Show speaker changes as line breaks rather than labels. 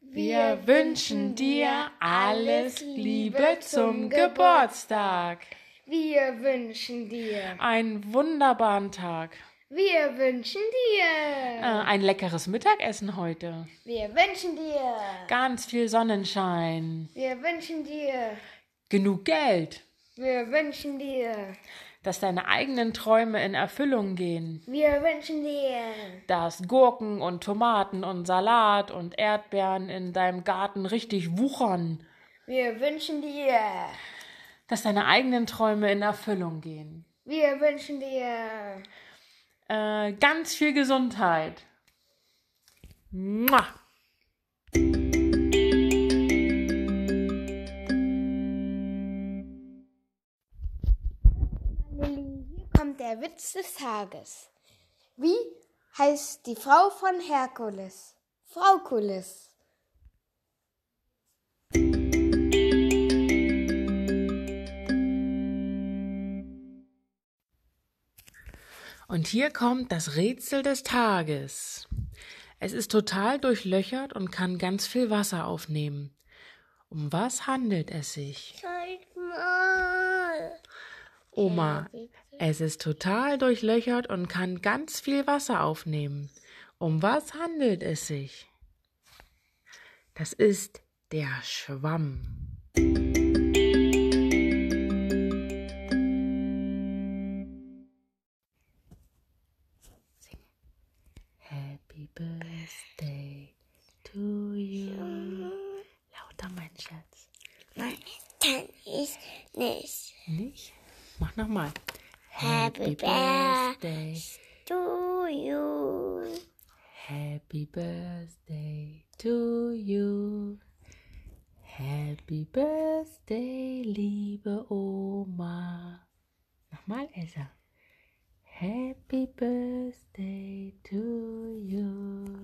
Wir wünschen dir alles Liebe zum Geburtstag.
Wir wünschen dir.
Einen wunderbaren Tag.
Wir wünschen
Äh,
dir.
ein leckeres Mittagessen heute.
Wir wünschen dir.
Ganz viel Sonnenschein.
Wir wünschen dir.
Genug Geld.
Wir wünschen dir.
Dass deine eigenen Träume in Erfüllung gehen.
Wir wünschen dir.
Dass Gurken und Tomaten und Salat und Erdbeeren in deinem Garten richtig wuchern.
Wir wünschen dir.
Dass deine eigenen Träume in Erfüllung gehen.
Wir wünschen dir.
Äh, ganz viel Gesundheit. Mua.
Lilly, hier kommt der Witz des Tages. Wie heißt die Frau von Herkules? Frau Kulis.
Und hier kommt das Rätsel des Tages. Es ist total durchlöchert und kann ganz viel Wasser aufnehmen. Um was handelt es sich?
Zeig mal.
Oma, es ist total durchlöchert und kann ganz viel Wasser aufnehmen. Um was handelt es sich? Das ist der Schwamm. Happy Birthday to you. Lauter, mein Schatz.
Kann ich nicht.
Nicht? Mach nochmal. Happy Birthday.
Do you?
Happy Birthday to you. Happy Birthday, liebe Oma. Nochmal, Elsa. Happy Birthday to you.